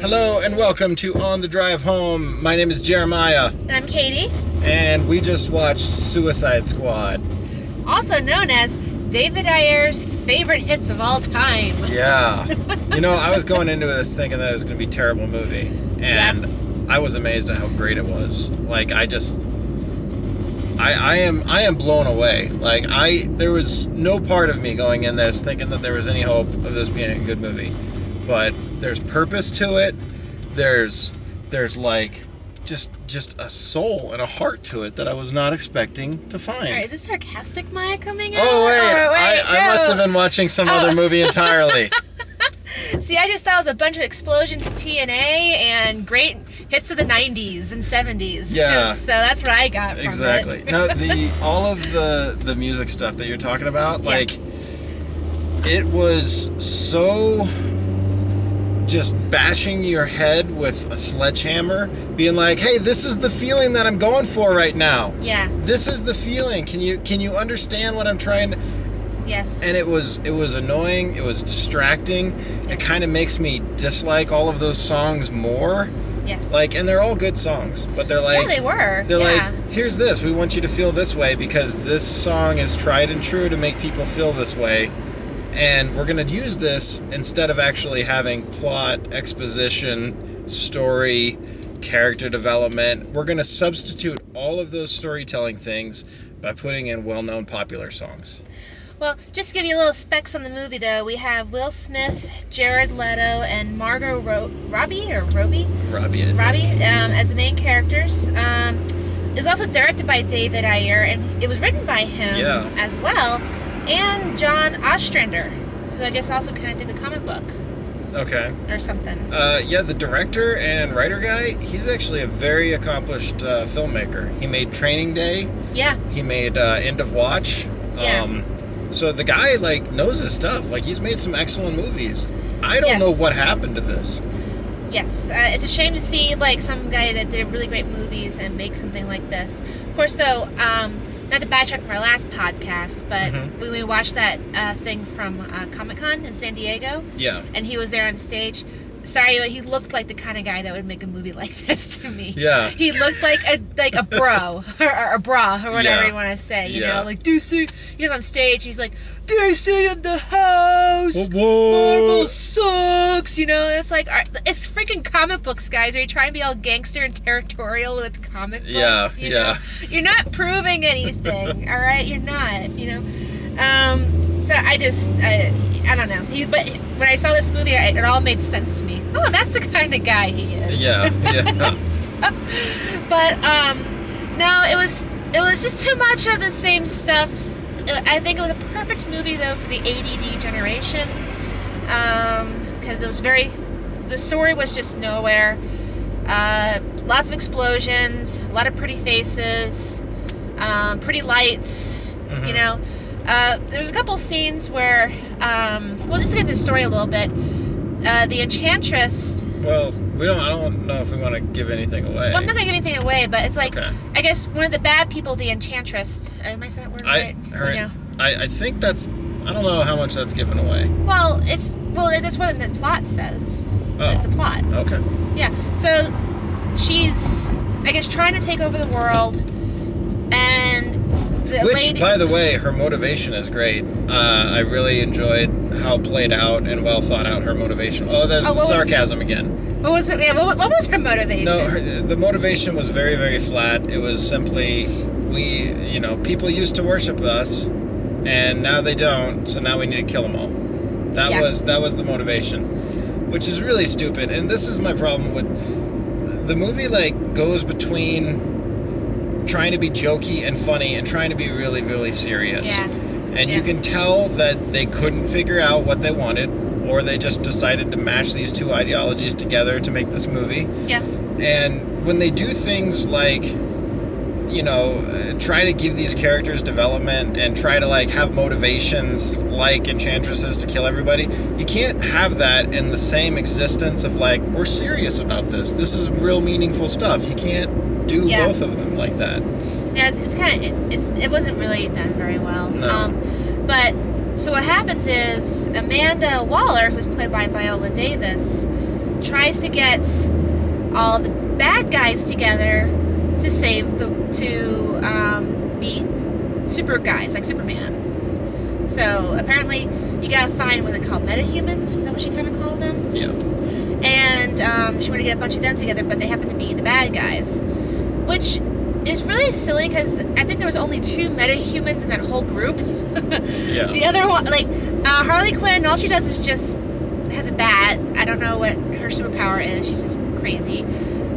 Hello and welcome to On the Drive Home. My name is Jeremiah, And I'm Katie, and we just watched Suicide Squad. also known as David Iyer's favorite hits of all time. Yeah. you know, I was going into this thinking that it was going to be a terrible movie, and I was amazed at how great it was. Like, I just. I, I am I am blown away. Like I there was no part of me going in this thinking that there was any hope of this being a good movie. But there's purpose to it. There's there's like just just a soul and a heart to it that I was not expecting to find. All right, is this sarcastic Maya coming out? Oh wait, Or I, I no. Oh. must have been watching some other movie entirely. See, I just thought it was a bunch of explosions, TNA, and great hits of the '90s and '70s. Yeah. so that's what I got. From exactly. It. No, the all of the the music stuff that you're talking about, Yeah. like it was so just bashing your head with a sledgehammer, being like, "Hey, this is the feeling that I'm going for right now. Yeah. This is the feeling. Can you can you understand what I'm trying?" To... Yes. And it was it was annoying. It was distracting. It Yes. kind of makes me dislike all of those songs more. yes. Like, and they're all good songs, but they're like, no, they were. they're yeah. like, here's this. We want you to feel this way because this song is tried and true to make people feel this way, and we're gonna use this instead of actually having plot, exposition, story, character development. We're gonna substitute all of those storytelling things by putting in well-known popular songs. Well, just to give you little specs on the movie, though, we have Will Smith, Jared Leto, and Margot Ro- Robbie or Robbie. Robbie, I- Robbie um, as the main characters. Um, it was also directed by David Ayer, and it was written by him Yeah. as well, and John Ostrander, who I guess also kind of did the comic book okay. or something. Uh, yeah, the director and writer guy, he's actually a very accomplished uh, filmmaker. He made Training Day. Yeah, He made uh, End of Watch. Yeah. Um, so the guy like knows his stuff. Like he's made some excellent movies. I don't Yes. know what happened to this. yes. Uh, it's a shame to see like some guy that did really great movies and make something like this. Of course, though, um, not to backtrack from our last podcast, but Mhm. when we watched that uh, thing from uh, Comic Con in San Diego, Yeah. and he was there on stage. Sorry, but he looked like the kind of guy that would make a movie like this to me. Yeah. He looked like a like a bro or, or a bra or whatever Yeah. you want to say. You Yeah. know, like DC. He was on stage. He's like DC in the house. Marvel sucks. You know, it's like are- it's freaking comic books, guys. Are you trying to be all gangster and territorial with comic books? Yeah, you yeah. Know? You're not proving anything. all right, you're not. You know. Um, so I just, I, I don't know. He, but when I saw this movie, it, it all made sense to me. Oh, that's the kind of guy he is. Yeah. Yeah. So- but um, no, it was it was just too much of the same stuff. Uh, I think it was a perfect movie though for the ADD generation because it was very the story was just nowhere. Uh, lots of explosions, a lot of pretty faces, um, pretty lights. You know, uh, there was a couple scenes where um, we'll just get into the story a little bit. Uh, the enchantress well, we don't. I don't know if we want to give anything away. Well, I'm not gonna give anything away, but it's like Okay. I guess one of the bad people, the enchantress. Am I saying that word I, right? her, You know. I I think that's. I don't know how much that's given away. Well, it's well, it- that's what the plot says. Oh. It's a plot. Okay. Yeah. So she's, I guess, trying to take over the world, and the Which, lady. by the way, her motivation is great. Uh, I really enjoyed how played out and well thought out her motivation. Oh, there's Oh, the what was- sarcasm again. what was it? Yeah, what, what was her motivation? No, her, the motivation was very, very flat. It was simply we, you know, people used to worship us, and now they don't. So now we need to kill them all. That Yeah. was that was the motivation, which is really stupid. And this is my problem with the movie. Like goes between trying to be jokey and funny and trying to be really, really serious. Yeah. And you Yeah. can tell that they couldn't figure out what they wanted, or they just decided to mash these two ideologies together to make this movie. Yeah. And when they do things like, you know, uh, try to give these characters development and try to like have motivations like enchantresses to kill everybody, you can't have that in the same existence of like, we're serious about this. This is real meaningful stuff. You can't do Yeah. both of them like that. Yeah, it's, it's kind of it, it's it wasn't really done very well. No. Um, but so what happens is Amanda Waller, who's played by Viola Davis, tries to get all the bad guys together to save the to um, beat super guys like Superman. So apparently, you gotta find what they call metahumans. Is that what she kind of called them? Yeah. and um, she wanted to get a bunch of them together, but they happened to be the bad guys, which is really silly because I think there was only two metahumans in that whole group. Yeah. The other one, like uh, Harley Quinn, all she does is just has a bat. I don't know what her superpower is. She's just crazy.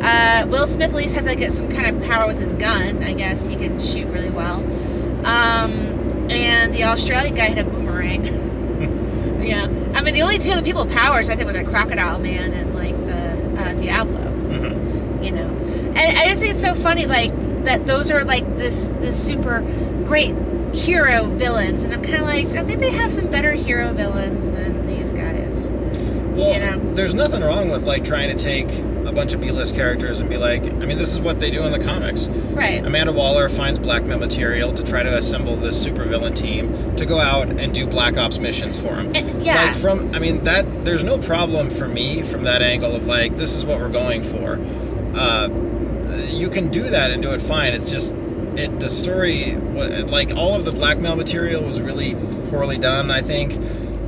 Uh, Will Smith at least has like some kind of power with his gun. I guess he can shoot really well. Um, and the Australian guy had a boomerang. yeah, I mean the only two other people with powers I think were the Crocodile Man and like the uh, Diablo Mhm. you know and i just think it's so funny like that those are like this this super great hero villains and i'm kind of like i think they have some better hero villains than these guys Well, You know. there's nothing wrong with like trying to take a bunch of B-list characters and be like, I mean, this is what they do in the comics. right Amanda Waller finds blackmail material to try to assemble this supervillain team to go out and do Black Ops missions for him. And- yeah Like from, I mean, that there's no problem for me from that angle of like, this is what we're going for. Uh, you can do that and do it fine. It's just it the story wa- like all of the blackmail material was really poorly done. I think.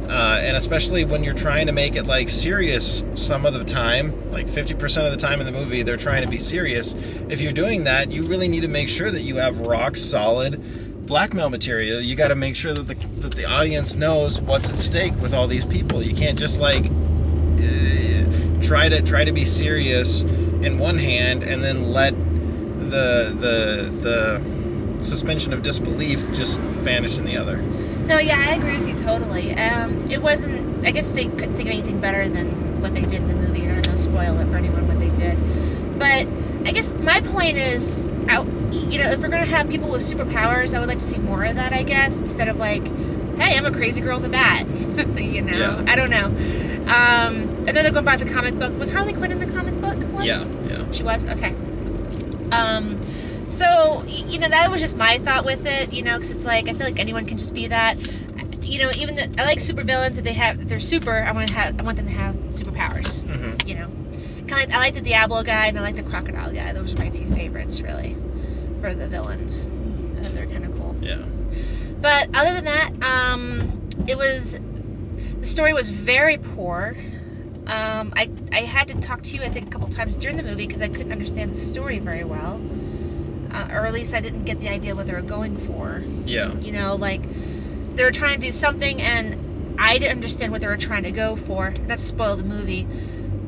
Uh, and especially when you're trying to make it like serious some of the time like 50% of the time in the movie they're trying to be serious if you're doing that you really need to make sure that you have rock solid blackmail material you got to make sure that the, that the audience knows what's at stake with all these people you can't just like uh, try to try to be serious in one hand and then let the the the suspension of disbelief just vanish in the other no yeah i agree with you totally um it wasn't i guess they couldn't think of anything better than what they did in the movie and i don't spoil it for anyone what they did but i guess my point is I, you know if we're gonna have people with superpowers i would like to see more of that i guess instead of like hey i'm a crazy girl with a bat you know Yeah. i don't know um another going by the comic book was harley quinn in the comic book one? yeah yeah She was? Okay. Um, so, y- you know, that was just my thought with it, you know, because it's like, I feel like anyone can just be that. You know, even the, I like super villains that they have, if they're super, I want to have, I want them to have superpowers, hmm you know. Kind of like, I like the Diablo guy and I like the Crocodile guy. Those are my two favorites, really, for the villains. I thought they were kind of cool. yeah But other than that, um, it was, the story was very poor. Um, I, I had to talk to you, I think, a couple times during the movie because I couldn't understand the story very well. Uh, or at least I didn't get the idea what they were going for. yeah You know, like they were trying to do something and I didn't understand what they were trying to go for. Not to spoil the movie,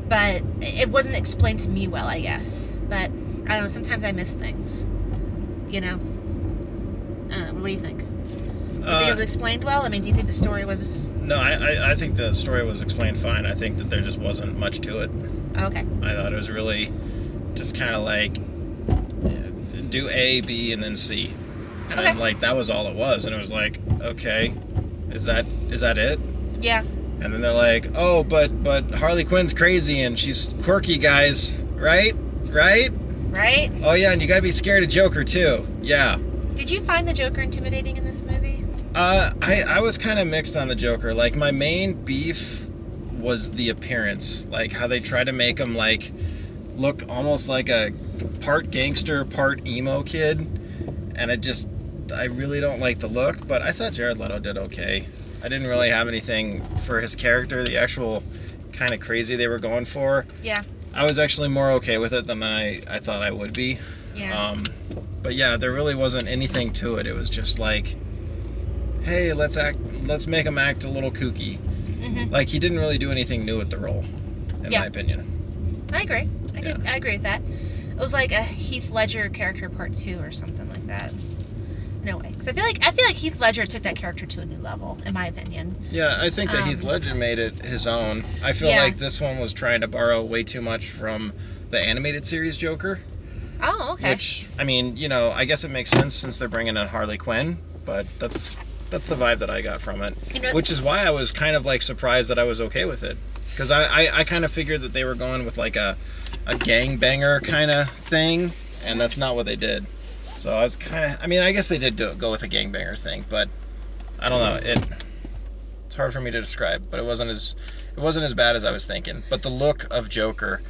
but it wasn't explained to me well, I guess. But I don't know, sometimes I miss things. You know? I don't know. What do you think? Do you think it Uh, was explained well? I mean, do you think the story was. no, I, I, I think the story was explained fine. I think that there just wasn't much to it. Okay. I thought it was really just kind of like do A, B, and then C, and then Okay. like that was all it was. And it was like, okay, is that is that it? Yeah. And then they're like, oh, but but Harley Quinn's crazy and she's quirky, guys, right? Right? Right? Oh yeah, and you gotta be scared of Joker too. Yeah. Did you find the Joker intimidating in this movie? Uh, I, I was kind of mixed on the Joker. Like, my main beef was the appearance. Like, how they try to make him, like, look almost like a part gangster, part emo kid. And I just, I really don't like the look. But I thought Jared Leto did okay. I didn't really have anything for his character, the actual kind of crazy they were going for. Yeah. I was actually more okay with it than I, I thought I would be. Yeah. Um, but yeah, there really wasn't anything to it. It was just like, hey, let's act, let's make him act a little kooky. hmm Like he didn't really do anything new with the role, in Yeah. my opinion. I agree. I, Yeah. could, I agree with that. It was like a Heath Ledger character part two or something like that. No way, because I feel like I feel like Heath Ledger took that character to a new level, in my opinion. Yeah, I think that Heath Um, Ledger made it his own. I feel yeah. like this one was trying to borrow way too much from the animated series Joker, Oh, okay. which I mean, you know, I guess it makes sense since they're bringing in Harley Quinn, but that's that's the vibe that I got from it, You know, which is why I was kind of like surprised that I was okay with it because I, I I kind of figured that they were going with like a a gangbanger kind of thing, and that's not what they did. So I was kind of I mean I guess they did do, go with a gangbanger thing, but I don't know it. It's hard for me to describe, but it wasn't as It wasn't as bad as I was thinking, but the look of Joker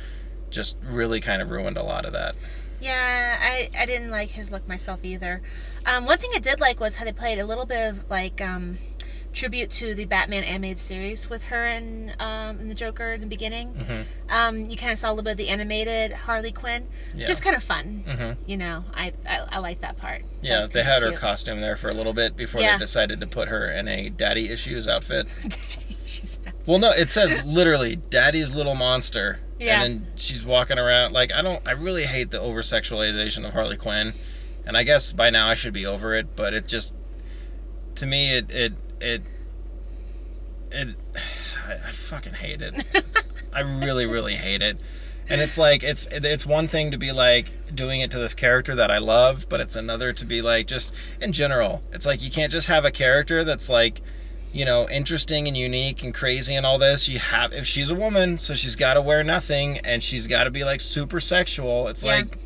just really kind of ruined a lot of that. Yeah, I, I didn't like his look myself either. Um, one thing I did like was how they played a little bit of like um, tribute to the Batman animated series with her and, um, and the Joker in the beginning. Mm-hmm. Um, you kind of saw a little bit of the animated Harley Quinn, Yeah. which is kind of fun. Mhm. You know, I I, I like that part. That Yeah, was they kinda had her cute. costume there for a little bit before Yeah. they decided to put her in a daddy issues outfit. She's- Well, no, it says literally "Daddy's little monster," Yeah. and then she's walking around like I don't. I really hate the over sexualization of Harley Quinn, and I guess by now I should be over it. But it just, to me, it it it it, I, I fucking hate it. I really really hate it. And it's like it's it's one thing to be like doing it to this character that I love, but it's another to be like just in general. It's like you can't just have a character that's like you know, interesting and unique and crazy and all this. You have if she's a woman, so she's got to wear nothing and she's got to be like super sexual. It's Yeah. like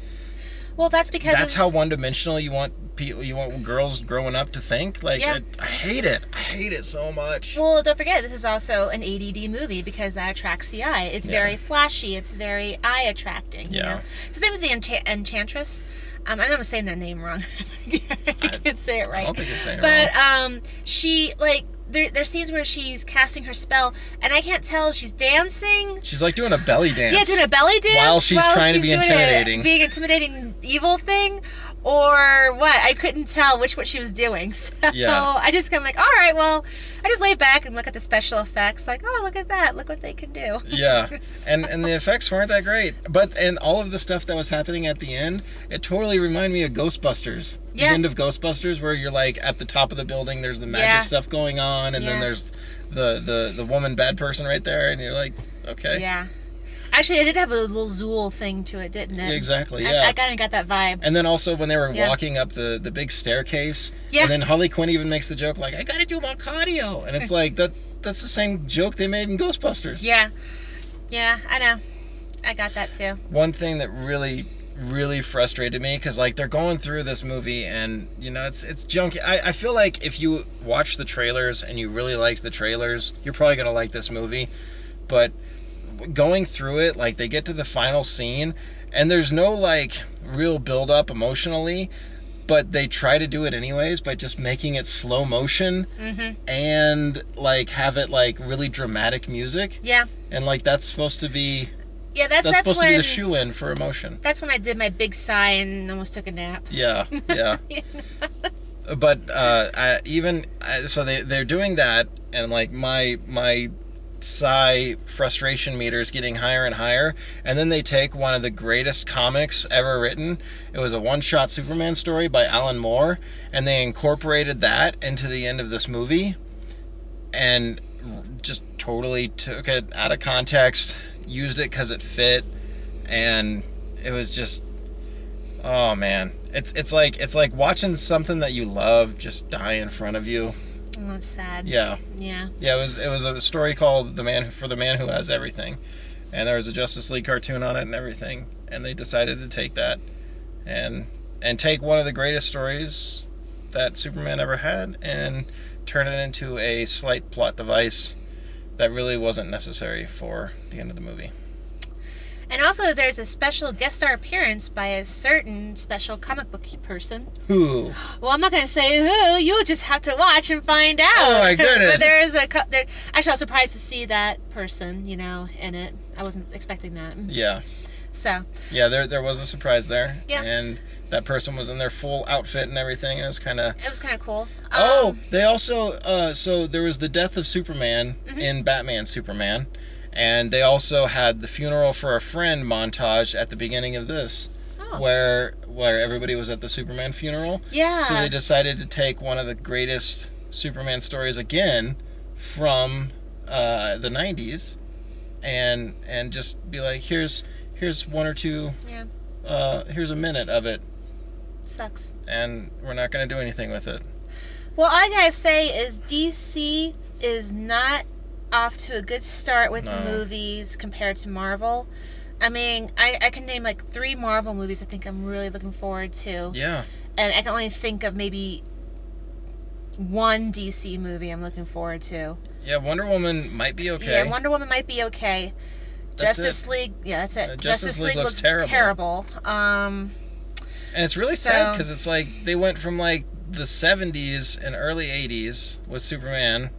well, that's because that's how it's- one-dimensional you want people you want girls growing up to think. Like Yeah. it, I hate it. I hate it so much. Well, don't forget, this is also an ADD movie because that attracts the eye. It's Yeah. very flashy. It's very eye attracting. You Yeah. know? It's the same with the Encha- Enchantress. Um, I know I'm saying their name wrong. I can't say it right. don't think you're saying it But um, she like there there's scenes where she's casting her spell, and I can't tell if she's dancing. she's like doing a belly dance. Yeah, doing a belly dance While she's trying to be doing a- intimidating. being intimidating evil thing, or what? I couldn't tell which what she was doing. So Yeah. I just kind of like, all right, well, I just lay back and look at the special effects. Like, oh, look at that! Look what they can do. yeah and and the effects weren't that great but and all of the stuff that was happening at the end it totally reminded me of ghostbusters Yeah. the end of ghostbusters where you're like at the top of the building there's the magic Yeah. stuff going on and then Yeah. there's the the the woman bad person right there and you're like okay Yeah. Actually, it did have a little Zool thing to it, didn't it? exactly I- yeah I, kind of got that vibe. and then also when they were Yeah. walking up the, the big staircase, Yeah. and then Harley Quinn even makes the joke like, "I gotta do my cardio," and it's like that that's the same joke they made in Ghostbusters. Yeah. Yeah, I know. I got that too. one thing that really really frustrated me because like they're going through this movie and you know it's it's junky I, I feel like if you watch the trailers and you really liked the trailers you're probably gonna like this movie but going through it like they get to the final scene and there's no like real build up emotionally but they try to do it anyways by just making it slow motion Mm-hmm. and like have it like really dramatic music Yeah. and like that's supposed to be Yeah, that's that's, that's, supposed when to be the shoe in for emotion that's when I did my big sigh and almost took a nap. Yeah, yeah. but uh, I, even I, so, they they're doing that, and like my my sigh frustration meter is getting higher and higher. And then they take one of the greatest comics ever written. It was a one shot Superman story by Alan Moore, and they incorporated that into the end of this movie, and just totally took it out of context, used it because it fit, and it was just Oh man, it's it's like it's like watching something that you love just die in front of you. Oh, that's sad. Yeah, Yeah. yeah. It was it was a story called "The Man Who- for the Man Who Has Everything," and there was a Justice League cartoon on it and everything. And they decided to take that and and take one of the greatest stories that Superman ever had and turn it into a slight plot device that really wasn't necessary for the end of the movie. And also, there's a special guest star appearance by a certain special comic book person. Who? Well, I'm not going to say who. You'll just have to watch and find out. Oh, my goodness. but there is a co- there. Actually, I was surprised to see that person. You know, in it. I wasn't expecting that. Yeah. So Yeah, there there was a surprise there. Yeah. And that person was in their full outfit and everything, and it was kind of. it was kind of cool. Um, oh, they also. Uh, so there was the death of Superman Mm-hmm. in Batman Superman, and they also had the funeral for a friend montage at the beginning of this, Oh. where where everybody was at the Superman funeral. yeah. So they decided to take one of the greatest Superman stories again from uh, the '90s, and and just be like, here's here's one or two yeah. uh, here's a minute of it, Sucks. and we're not going to do anything with it. Well, all I gotta say is DC is not off to a good start with No. movies compared to Marvel. I mean, I, I can name like three Marvel movies I think I'm really looking forward to. Yeah, And I can only think of maybe one DC movie I'm looking forward to. Yeah, Wonder Woman might be okay. Yeah, Wonder Woman might be okay. That's Justice League, yeah, that's it. Uh, Justice League looks terrible. terrible. Um, and it's really sad so- because it's like they went from like the 70s and early 80s with Superman,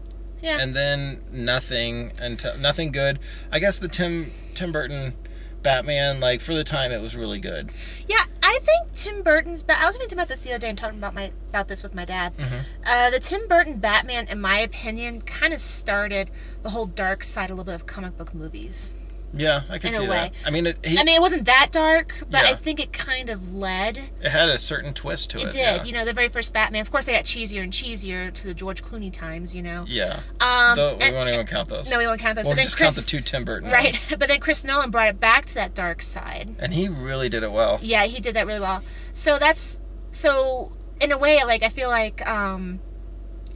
yeah, and then nothing until nothing good. I guess the Tim Tim Burton Batman, like for the time, it was really good. yeah. I think Tim Burton's. But I was thinking about this the other day and talking about my about this with my dad. Mm-hmm. Uh, the Tim Burton Batman, in my opinion, kind of started the whole dark side a little bit of comic book movies. Yeah, I can In a see that. way. I mean, it he, I mean, it wasn't that dark, but I Yeah. think it kind of led. it had a certain twist to it. It did. yeah. You know, the very first Batman. Of course, they got cheesier and cheesier to the George Clooney times. You know. Yeah. Um, Though we and- won't even count those. no, we won't count those. We'll but then just Chris, count the two Tim Burton. ones. Right, but then Chris Nolan brought it back to that dark side. And he really did it well. Yeah, he did that really well. So that's so in a way, like I feel like um,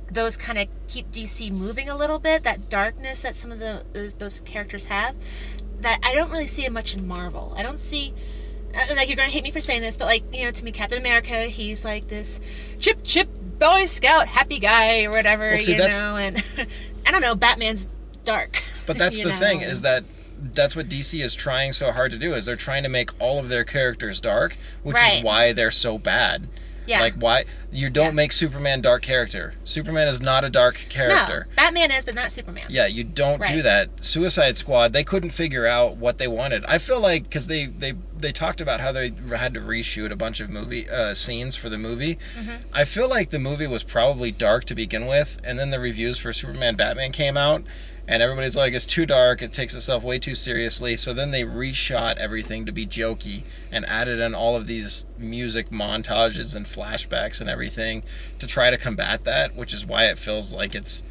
those kind of keep DC moving a little bit. That darkness that some of the those, those characters have, that I don't really see it much in Marvel. I don't see. And like you're gonna hate me for saying this, but like you know, to me, Captain America, he's like this chip chip boy scout happy guy or whatever, Well, see, you that's- know. And I don't know, Batman's dark. But that's you the know, thing and- is that that's what DC is trying so hard to do is they're trying to make all of their characters dark, which Right. is why they're so bad. yeah. Like why you don't Yeah. make Superman dark character. Superman is not a dark character. No, Batman is, but not Superman. Yeah, you don't do Right. that. Suicide Squad, they couldn't figure out what they wanted. I feel like because they, they they talked about how they had to reshoot a bunch of movie uh, scenes for the movie. I feel like the movie was probably dark to begin with, and then the reviews for Superman Batman came out, and everybody's like, it's too dark. It takes itself way too seriously. So then they reshot everything to be jokey and added in all of these music montages and flashbacks and everything to try to combat that, which is why it feels like it's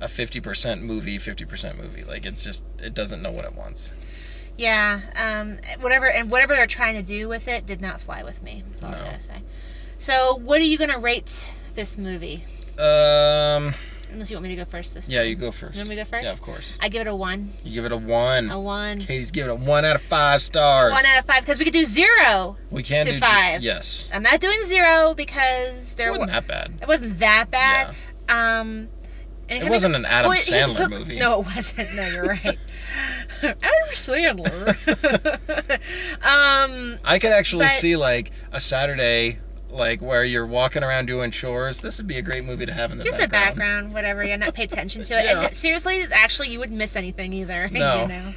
a 50% movie 50% movie like it's just it doesn't know what it wants Yeah. Um. Whatever and whatever they're trying to do with it did not fly with me. That's all I No. gotta say. So, what are you gonna rate this movie? um Unless you want me to go first this yeah time. you go first You want me to go first? yeah of course I give it a one. you give it a one A one. katie's giving it a one out of five stars One out of five because we could do zero. we can to do five. yes I'm not doing zero because there wasn't wa- that bad it wasn't that bad. Um. And it wasn't an adam Well, here's the sandler hook- movie No, it wasn't. No, you're right. Adam Sandler. um, i could actually but- see like a saturday like where you're walking around doing chores this would be a great movie to have in the just the background background, whatever. You're not pay attention to it. Yeah. And seriously, actually, you wouldn't miss anything either. No. You know.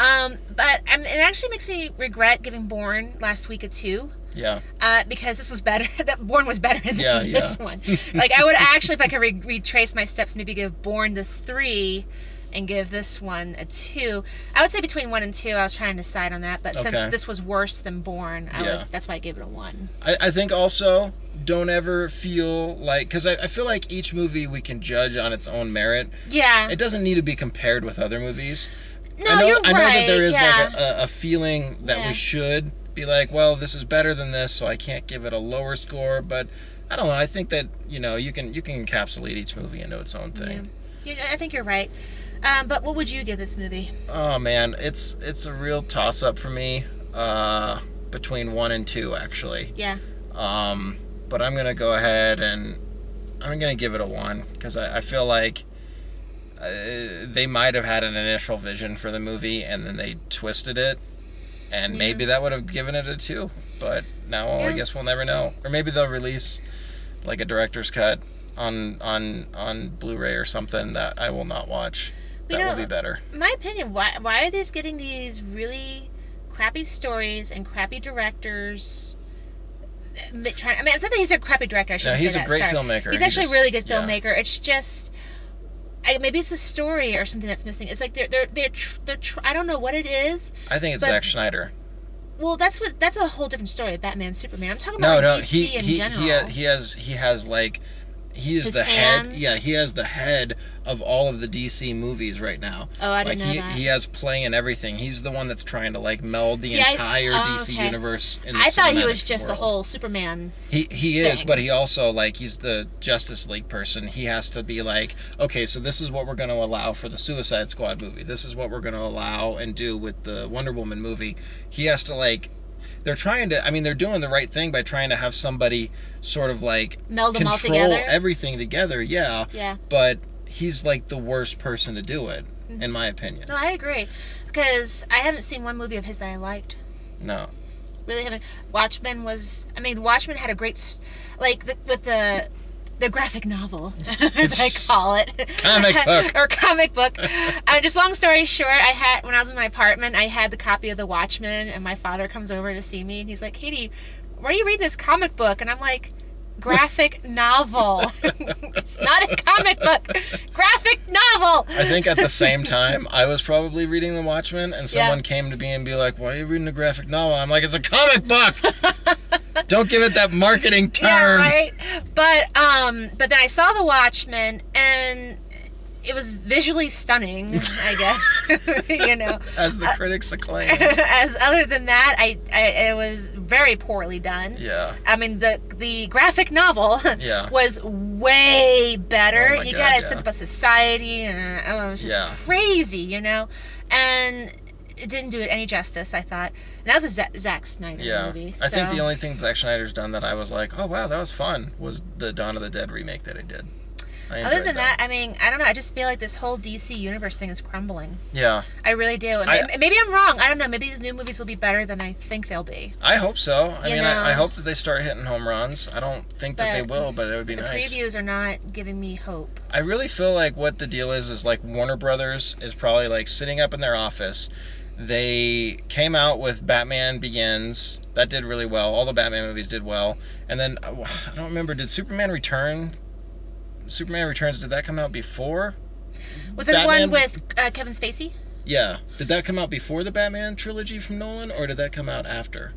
Um, but um, it actually makes me regret giving Born last week a two. yeah Uh, because this was better. That Born was better than Yeah, this yeah. one. Like I would actually, if I could re- retrace my steps, maybe give Born the three, and give this one a two. I would say between one and two. I was trying to decide on that, but Okay. since this was worse than Born, I Yeah. was that's why I gave it a one. I, I think also don't ever feel like because I, I feel like each movie we can judge on its own merit Yeah. it doesn't need to be compared with other movies no, i know you're i know right. that there is yeah. like a, a, a feeling that Yeah. we should be like well this is better than this so i can't give it a lower score but i don't know i think that you know you can you can encapsulate each movie into its own Yeah. thing yeah, I think you're right. Um, but what would you give this movie? oh man it's it's a real toss up for me uh between one and two actually Yeah, Um, but I'm gonna go ahead and I'm gonna give it a one because I, I feel like uh, they might have had an initial vision for the movie and then they twisted it, and Yeah. maybe that would have given it a two. But now I Yeah. guess we'll never know. Or maybe they'll release like a director's cut on on on Blu-ray or something that I will not watch. You that know, will be better. my opinion. Why why are they just getting these really crappy stories and crappy directors? m- Trying, I mean, it's not that he's a crappy director. I should No, say he's a that, great sorry. filmmaker. He's He actually just- a really good yeah. filmmaker. It's just. I, maybe it's the story or something that's missing. It's like they're they're they're tr- they're tr- I don't know what it is. I think it's but- Zack Schneider. Well, that's what that's a whole different story. Batman, Superman. I'm talking no about no DC he in he, general. he ha- he has he has like he is His the head hands? yeah he has the head of all of the dc movies right now Oh, I like didn't know he, that. he has play and everything he's the one that's trying to like meld the See, I- entire oh, dc okay. universe in the I thought he cinematic was just the world. whole Superman. He he is, thing. but he also like he's the Justice League person. He has to be like, okay, so this is what we're going to allow for the Suicide Squad movie. This is what we're going to allow and do with the Wonder Woman movie. He has to like they're trying to I mean they're doing the right thing by trying to have somebody sort of like Meld them all control together? everything together. Yeah. Yeah. But he's like the worst person to do it, in my opinion. Mm-hmm. No, I agree. Because I haven't seen one movie of his that I liked. No. Really haven't. Watchmen was. I mean, Watchmen had a great, s- like the, with the the graphic novel, as I call it, Comic book. or comic book. uh, just long story short, I had when I was in my apartment, I had the copy of The Watchmen, and my father comes over to see me, and he's like, "Katie, where are you reading this comic book?" And I'm like. Graphic novel. it's not a comic book. Graphic novel. I think at the same time, I was probably reading The Watchmen, and someone Yeah. came to me and be like, "Why are you reading a graphic novel?" I'm like, "It's a comic book." Don't give it that marketing term. Yeah, right. But um, but then I saw The Watchmen, and it was visually stunning. I guess you know. As Uh, the critics acclaim. As other than that, I, I it was very poorly done. yeah. I mean the the graphic novel Yeah. was way better. Oh my you God, got a yeah. sense about society, and oh, it was just Yeah. crazy, you know. And it didn't do it any justice. I thought and that was a Z- Zack Snyder Yeah. movie. So. I think the only thing Zack Snyder's done that I was like, "Oh wow, that was fun," was the Dawn of the Dead remake that I did. I Other enjoyed than that, I mean, I don't know. I just feel like this whole DC universe thing is crumbling. yeah, I really do. And I- may- maybe I'm wrong. I don't know. Maybe these new movies will be better than I think they'll be. I hope so. I You mean, know. I, I hope that they start hitting home runs. I don't think that they But will, but it would be The nice. previews are not giving me hope. I really feel like what the deal is is like Warner Brothers is probably like sitting up in their office. They came out with Batman Begins. That did really well. All the Batman movies did well. And then uh, I don't remember did Superman Return Superman Returns did that come out before? Was that the Batman- one with uh, Kevin Spacey? Yeah. Did that come out before the Batman trilogy from Nolan or did that come out after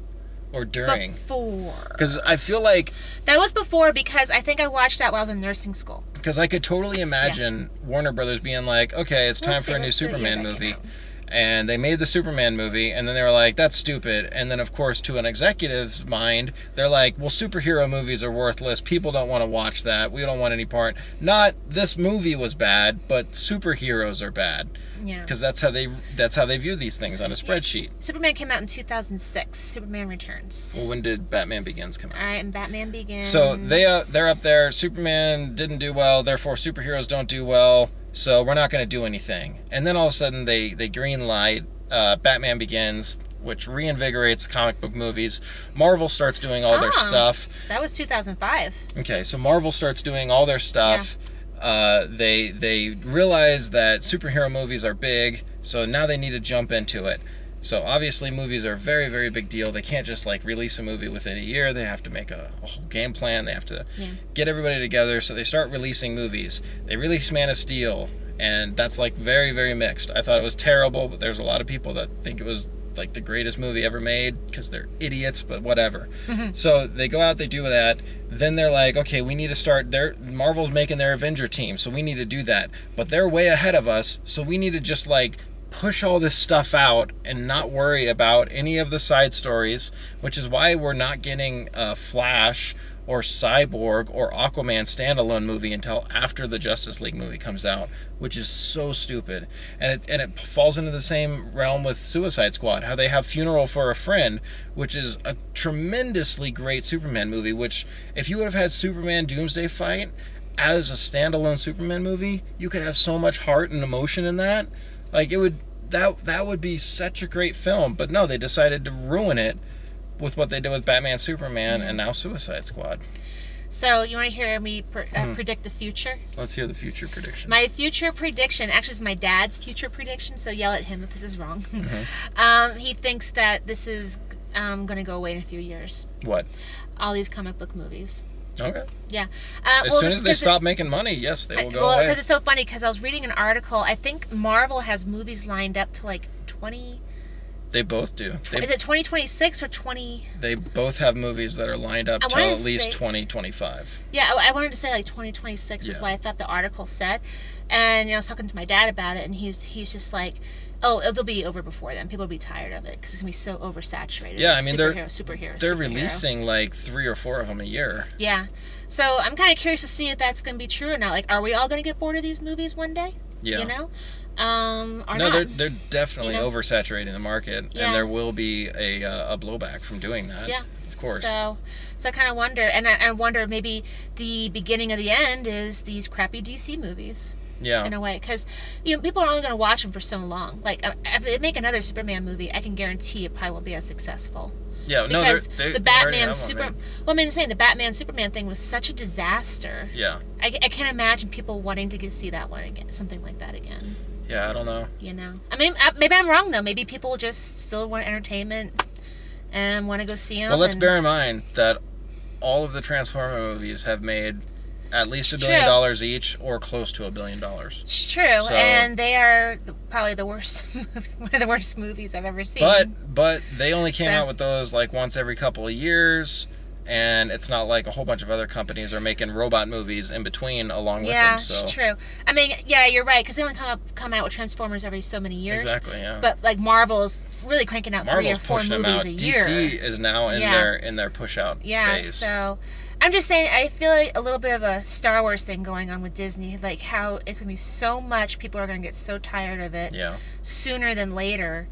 or during? Before. Cuz I feel like That was before because I think I watched that while I was in nursing school. because I could totally imagine Warner Brothers being like, okay, it's time Let's for see a new what year Superman that came movie. out. And they made the Superman movie, and then they were like, that's stupid. And then, of course, to an executive's mind, they're like, well, superhero movies are worthless. People don't want to watch that. We don't want any part. Not this movie was bad, but superheroes are bad. Yeah. Because that's how they that's how they view these things on a spreadsheet. Superman came out in 2006. Superman Returns. Well, when did Batman Begins come out? All right, and Batman Begins. So they uh, they're up there. Superman didn't do well, therefore superheroes don't do well. So we're not going to do anything. And then all of a sudden they they green light uh, Batman Begins, which reinvigorates comic book movies. Marvel starts doing all their Ah. stuff. That was 2005. Okay, so Marvel starts doing all their stuff. Uh, they they realize that superhero movies are big, so now they need to jump into it. So obviously, movies are a very very big deal. They can't just like release a movie within a year. They have to make a, a whole game plan. They have to Yeah. get everybody together. So they start releasing movies. They release Man of Steel, and that's like very very mixed. I thought it was terrible, but there's a lot of people that think it was like the greatest movie ever made because they're idiots. But whatever. So they go out, they do that. Then they're like, okay, we need to start. Their Marvel's making their Avenger team, so we need to do that. But they're way ahead of us, so we need to just like push all this stuff out and not worry about any of the side stories, which is why we're not getting uh, Flash or Cyborg or Aquaman standalone movie until after the Justice League movie comes out, which is so stupid. And it and it falls into the same realm with Suicide Squad, how they have Funeral for a Friend, which is a tremendously great Superman movie, which if you would have had Superman Doomsday fight as a standalone Superman movie, you could have so much heart and emotion in that. Like it would that that would be such a great film, but no, they decided to ruin it with what they did with Batman Superman and now Suicide Squad. So you want to hear me pr- uh, Hmm. predict the future? Let's hear the future prediction. My future prediction, actually, is my dad's future prediction. So yell at him if this is wrong. Mm-hmm. um, he thinks that this is um, going to go away in a few years. what? All these comic book movies. Okay. Yeah. Uh, As well, soon as they because it- stop making money, yes, they will go well, away. because it's so funny. Because I was reading an article. I think Marvel has movies lined up to like twenty. They both do. They, Is it twenty twenty six or twenty? they both have movies that are lined up I till wanted at to least say- 2025. Yeah, I, I wanted to say like 2026 is Yeah. what I thought the article said, and you know, I was talking to my dad about it, and he's he's just like, oh, it'll be over before then. People will be tired of it because it's gonna be so oversaturated. Yeah, with I mean, they're- superhero, superhero, They're superhero. releasing like three or four of them a year. Yeah, so I'm kind of curious to see if that's gonna be true or not. Like, are we all gonna get bored of these movies one day? Yeah. You know, um, or no, not? they're they're definitely You know? oversaturating the market, Yeah. and there will be a uh, a blowback from doing that. Yeah. Of course. So, so I kind of wonder, and I, I wonder if maybe the beginning of the end is these crappy DC movies. in Yeah. a way because you know, people are only going to watch them for so long. Like uh, if they make another Superman movie, I can guarantee it probably won't be as successful Yeah. No, they're, because they the they already Batman have one Super. made. Well, I mean, saying the Batman Superman thing was such a disaster. Yeah. I, I can't imagine people wanting to get, see that one again, something like that again. Yeah. I don't know. You know, I mean, I, maybe I'm wrong though. Maybe people just still want entertainment and want to go see them. Well, let's and, bear in mind that all of the Transformer movies have made at least a billion True. dollars each, or close to a billion dollars. It's true, So- and they are probably the worst, one of the worst movies I've ever seen. But but they only came So- out with those like once every couple of years, and it's not like a whole bunch of other companies are making robot movies in between along yeah, with them. it's So true. I mean, yeah, you're right because they only come up come out with Transformers every so many years. exactly, yeah. But like Marvel's really cranking out three or Marvel's four pushing them movies out. a year. DC is now in Yeah. their in their push out Yeah, phase. so I'm just saying I feel like a little bit of a Star Wars thing going on with Disney, like how it's gonna be so much people are gonna get so tired of it yeah, sooner than later.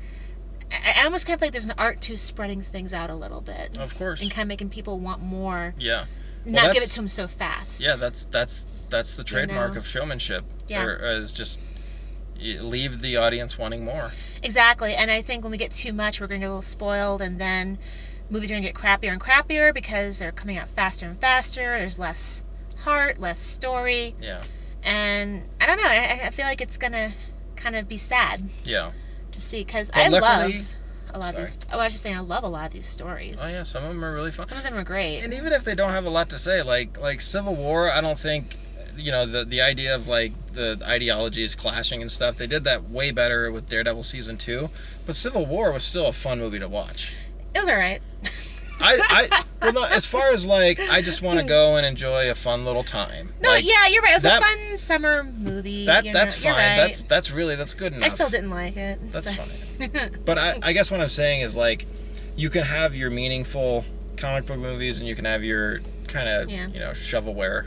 I, I almost kind of feel like there's an art to spreading things out a little bit of course. and kind of making people want more, Yeah, not give that's- it to them so fast. yeah. That's that's that's the trademark know. of showmanship. Yeah. Or, uh, is just you leave the audience wanting more. Exactly, and I think when we get too much, we're gonna get a little spoiled, and then movies are gonna get crappier and crappier because they're coming out faster and faster. There's less heart, less story. Yeah, and I don't know. I, I feel like it's gonna kind of be sad yeah. to see because But I luckily- love a lot of Sorry. these. Oh, I was just saying, I love a lot of these stories. Oh yeah, some of them are really fun. Some of them are great. And even if they don't have a lot to say, like like Civil War, I don't think you know the the idea of like the ideologies clashing and stuff. They did that way better with Daredevil season two, but Civil War was still a fun movie to watch. it was all right. I I well, no, as far as like I just want to go and enjoy a fun little time. No, Like, yeah, you're right. It was that- a fun summer movie. That you know, that's you're fine. right. That's that's really that's good enough. I still didn't like it. That's but- fine. But I, I guess what I'm saying is like, you can have your meaningful comic book movies and you can have your kind of Yeah. you know shovelware,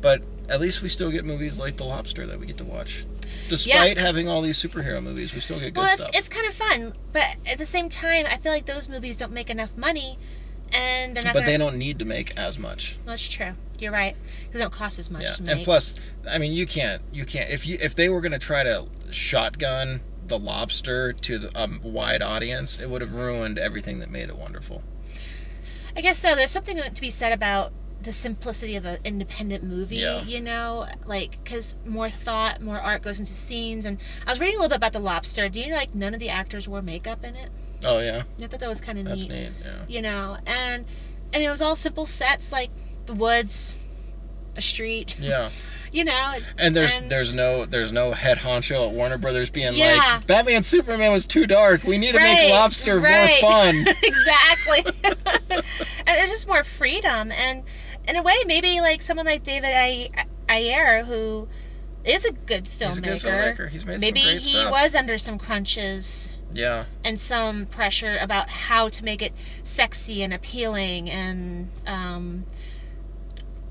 but at least we still get movies like The Lobster that we get to watch, despite having all these superhero movies. We still get good Well, it's, stuff. it's kind of fun, but at the same time, I feel like those movies don't make enough money, and they're not. but gonna, they don't need to make as much. Well, it's true. You're right. 'Cause they don't cost as much Yeah, to make. and plus, I mean, you can't you can't if you if they were gonna try to shotgun The Lobster to the, a wide audience, it would have ruined everything that made it wonderful. I guess so. There's something to be said about the simplicity of an independent movie, Yeah. you know, like because more thought, more art goes into scenes. And I was reading a little bit about the Lobster. Do you know, like none of the actors wore makeup in it? Oh yeah, I thought that was kind of that's neat, neat. Yeah, you know. And and it was all simple sets, like the woods, a street, yeah. you know. And there's And- there's no there's no head honcho at Warner Brothers being Yeah. like Batman Superman was too dark. We need to Right, make Lobster right. more fun. exactly. and it's just more freedom, and in a way, maybe like someone like David Ay- Ayer, who is a good filmmaker. He's a good filmmaker. He's made Maybe some great he stuff. was under some crunches Yeah, and some pressure about how to make it sexy and appealing and um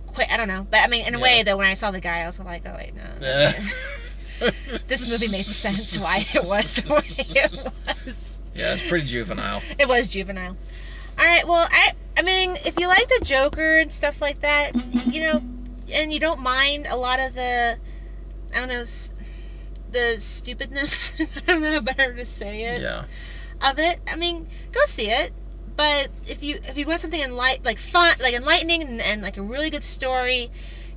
quit I don't know. But I mean in a Yeah. way though when I saw the guy I was like, Oh wait, no. Yeah. This movie made sense why it was the way it was. yeah, it's pretty juvenile. It was juvenile. Alright, well I I mean, if you like the Joker and stuff like that, you know, and you don't mind a lot of the I don't know s- the stupidness. I don't know how better to say it. Yeah, of it. I mean, go see it. But if you if you want something enlight like fun, like enlightening and, and like a really good story,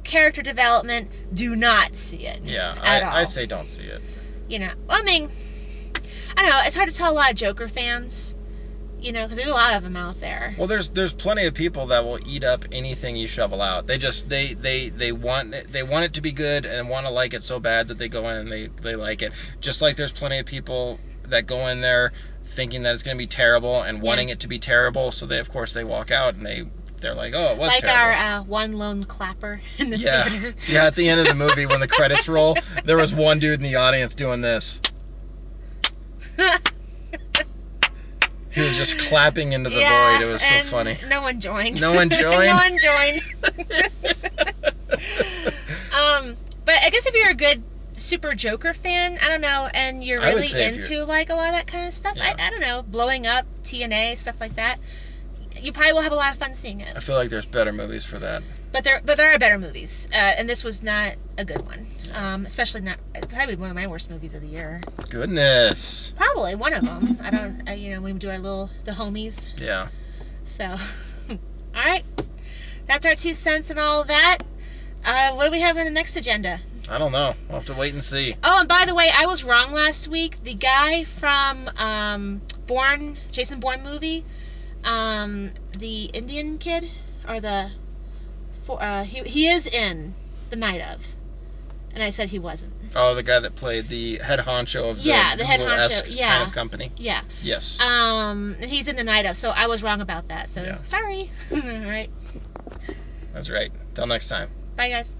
character development, do not see it. yeah. at all. I, I say don't see it. You know, well, I mean, I don't know. It's hard to tell a lot of Joker fans. You know, because there's a lot of them out there. Well, there's there's plenty of people that will eat up anything you shovel out. They just they they they want it, they want it to be good and want to like it so bad that they go in and they they like it. Just like there's plenty of people that go in there thinking that it's going to be terrible and wanting it to be terrible, so they of course they walk out and they they're like, "Oh, it was like terrible." our uh, one lone clapper in the yeah. theater. Yeah, at the end of the movie when the credits roll, there was one dude in the audience doing this. He was just clapping into the void. It was so and funny. No one joined. No one joined? no one joined. um, but I guess if you're a good super Joker fan, I don't know, and you're I would really say if into like a lot of that kind of stuff, Yeah. I, I don't know, blowing up TNA stuff like that, you probably will have a lot of fun seeing it. I feel like there's better movies for that. but there but there are better movies, uh, and this was not a good one. Um, especially not probably one of my worst movies of the year. Goodness. Probably one of them. I don't. I, you know, we do our little the homies. Yeah. So, all right, that's our two cents and all that. Uh, what do we have on the next agenda? I don't know. We'll have to wait and see. Oh, and by the way, I was wrong last week. The guy from um, Born, Jason Bourne movie, um, the Indian kid, or the, for, uh, he, he is in The Night of. And I said he wasn't. Oh, the guy that played the head honcho of the Yeah, the head Google-esque honcho, yeah. kind of company. Yeah. Yes. Um, and he's in The Night of, so I was wrong about that. So, Yeah. sorry. all right. That's right. Till next time. Bye, guys.